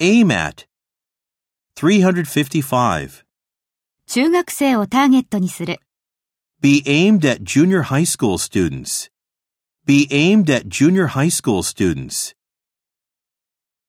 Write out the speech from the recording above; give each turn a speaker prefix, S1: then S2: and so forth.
S1: aim at. 355.
S2: 中学生をターゲットにする。
S1: Be aimed at junior high school students. Be aimed at junior high school students.